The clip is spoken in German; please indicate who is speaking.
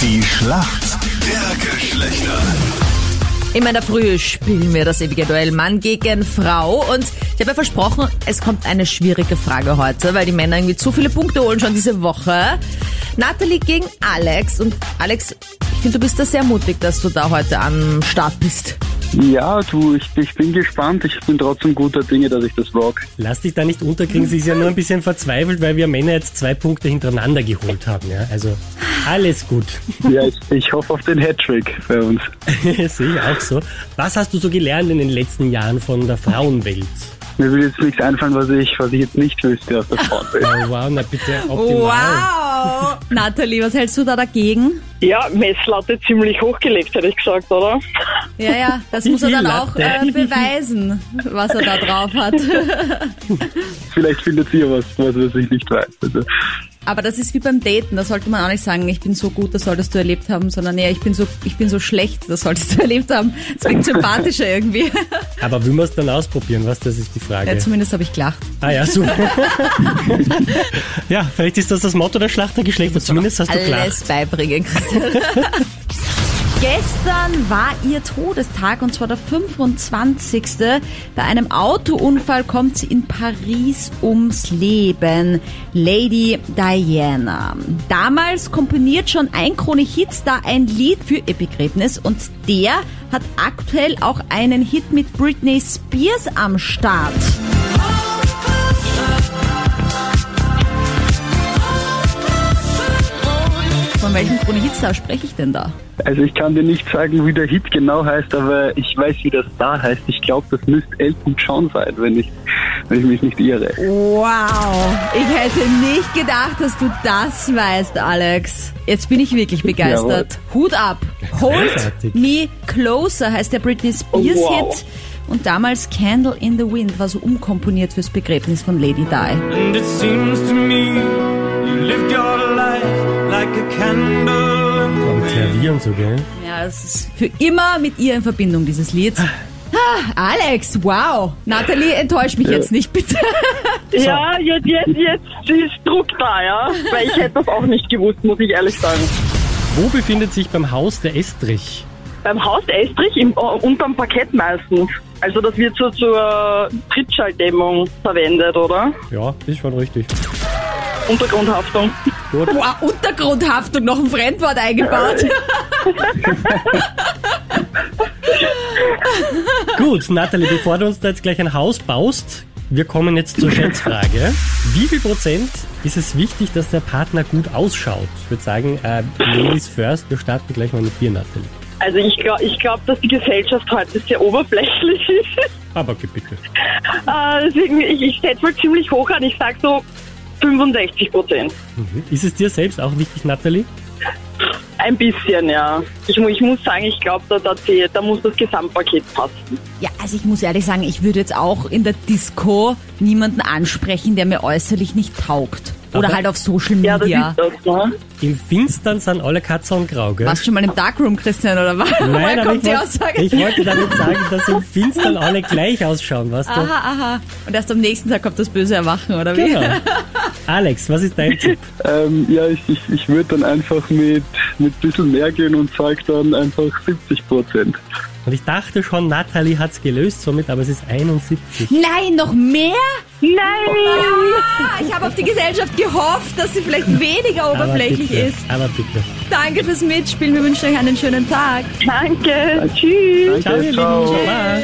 Speaker 1: Die Schlacht der Geschlechter.
Speaker 2: Immer in der Früh spielen wir das ewige Duell Mann gegen Frau. Und ich habe ja versprochen, es kommt eine schwierige Frage heute, weil die Männer irgendwie zu viele Punkte holen schon diese Woche. Natalie gegen Alex. Und Alex, ich finde, du bist da sehr mutig, dass du da heute am Start bist.
Speaker 3: Ja, du, ich, ich bin gespannt. Ich bin trotzdem guter Dinge, dass ich das rock.
Speaker 4: Lass dich da nicht unterkriegen, sie ist ja nur ein bisschen verzweifelt, weil wir Männer jetzt zwei Punkte hintereinander geholt haben. Ja? Also alles gut.
Speaker 3: Ja, ich, ich hoffe auf den Hattrick bei uns.
Speaker 4: Sehe ich auch so. Was hast du so gelernt in den letzten Jahren von der Frauenwelt?
Speaker 3: Mir will jetzt nichts einfallen, was ich, was ich jetzt nicht wüsste aus der Frauenwelt.
Speaker 4: Oh, wow, na bitte optimal.
Speaker 2: Wow! Genau. Natalie, was hältst du da dagegen?
Speaker 5: Ja, Messlatte ziemlich hochgelegt, hätte ich gesagt, oder?
Speaker 2: Ja, ja, das muss er dann auch äh, beweisen, was er da drauf hat.
Speaker 3: Vielleicht findet ihr was, was was ich nicht weiß. Also,
Speaker 2: Aber das ist wie beim Daten, da sollte man auch nicht sagen, ich bin so gut, das solltest du erlebt haben, sondern ja, ich bin so, ich bin so schlecht, das solltest du erlebt haben. Das klingt sympathischer irgendwie.
Speaker 4: Aber will man es dann ausprobieren? Was, das ist die Frage.
Speaker 2: Ja, zumindest habe ich gelacht.
Speaker 4: Ah ja, super. ja, vielleicht ist das das Motto der Schlachtergeschlechter. Zumindest hast du klar.
Speaker 2: Alles beibringen, Christian. Gestern war ihr Todestag und zwar der 25. Bei einem Autounfall kommt sie in Paris ums Leben. Lady Diana. Damals komponiert schon ein Krone-Hitstar ein Lied für ihr Begräbnis und der hat aktuell auch einen Hit mit Britney Spears am Start. Von welchem Krone-Hitstar spreche ich denn da?
Speaker 3: Also ich kann dir nicht sagen, wie der Hit genau heißt, aber ich weiß, wie das da heißt. Ich glaube, das müsste Elton John sein, wenn ich, wenn ich mich nicht irre.
Speaker 2: Wow, ich hätte nicht gedacht, dass du das weißt, Alex. Jetzt bin ich wirklich begeistert. Hut ab. Hold
Speaker 4: Großartig.
Speaker 2: Me Closer heißt der Britney Spears
Speaker 5: Oh, wow.
Speaker 2: Hit. Und damals Candle in the Wind war so umkomponiert fürs Begräbnis von Lady Di.
Speaker 6: And it seems to me you lived your life like a candle in the
Speaker 4: Am
Speaker 6: wind.
Speaker 4: Klavier und so, gell?
Speaker 2: Ja, es ist für immer mit ihr in Verbindung, dieses Lied. Ah, Alex, wow. Natalie, enttäusch mich jetzt nicht, bitte.
Speaker 5: Ja, jetzt, jetzt, jetzt ist Druck da, ja. Weil ich hätte das auch nicht gewusst, muss ich ehrlich sagen.
Speaker 4: Wo befindet sich beim Haus der Estrich?
Speaker 5: Beim Haus Estrich im, äh, unterm Parkett meistens. Also das wird so zur Trittschalldämmung verwendet, oder?
Speaker 4: Ja, ist schon richtig.
Speaker 5: Untergrundhaftung.
Speaker 4: Gut.
Speaker 2: Wow, Untergrundhaftung, noch ein Fremdwort eingebaut.
Speaker 4: Gut, Nathalie, bevor du uns da jetzt gleich ein Haus baust, wir kommen jetzt zur Schätzfrage. Wie viel Prozent ist es wichtig, dass der Partner gut ausschaut? Ich würde sagen, äh, Ladies first, wir starten gleich mal mit dir, Nathalie.
Speaker 5: Also ich glaube, ich glaub, dass die Gesellschaft heute sehr oberflächlich ist.
Speaker 4: Aber okay, bitte.
Speaker 5: Äh, deswegen, ich, ich setze mal ziemlich hoch an. Ich sag so 65 Prozent.
Speaker 4: Ist es dir selbst auch wichtig, Nathalie?
Speaker 5: Ein bisschen, ja. Ich, mu- ich muss sagen, ich glaube, da, da, zählt- da muss das Gesamtpaket passen.
Speaker 2: Ja, also ich muss ehrlich sagen, ich würde jetzt auch in der Disco niemanden ansprechen, der mir äußerlich nicht taugt. Oder
Speaker 4: Aber-
Speaker 2: halt auf Social
Speaker 5: Ja, das
Speaker 2: Media.
Speaker 5: ist das, ne?
Speaker 4: Im Finstern sind alle Katze und Grau, gell?
Speaker 2: Warst schon mal im Darkroom, Christian, oder was? Woher
Speaker 4: aber
Speaker 2: kommt die
Speaker 4: ich,
Speaker 2: Aussage?
Speaker 4: wollte, ich wollte damit sagen, dass im Finstern alle gleich ausschauen, weißt du?
Speaker 2: aha, aha. Und erst am nächsten Tag kommt das böse Erwachen, oder wie?
Speaker 4: Genau. Alex, was ist dein Tipp?
Speaker 3: Ähm, ja, ich, ich, ich würde dann einfach mit mit bisschen mehr gehen und sag dann einfach 70 Prozent.
Speaker 4: Und ich dachte schon, Nathalie hat's gelöst somit, aber es ist 71.
Speaker 2: Nein, noch mehr?
Speaker 5: Nein!
Speaker 2: Ah, ich habe auf die Gesellschaft gehofft, dass sie vielleicht weniger
Speaker 4: Aber
Speaker 2: oberflächlich
Speaker 4: bitte,
Speaker 2: ist.
Speaker 4: Aber bitte.
Speaker 2: Danke fürs Mitspielen. Wir wünschen euch einen schönen Tag.
Speaker 5: Danke.
Speaker 3: Danke,
Speaker 5: Tschüss.
Speaker 4: Ciao, ihr Lieben. Baba.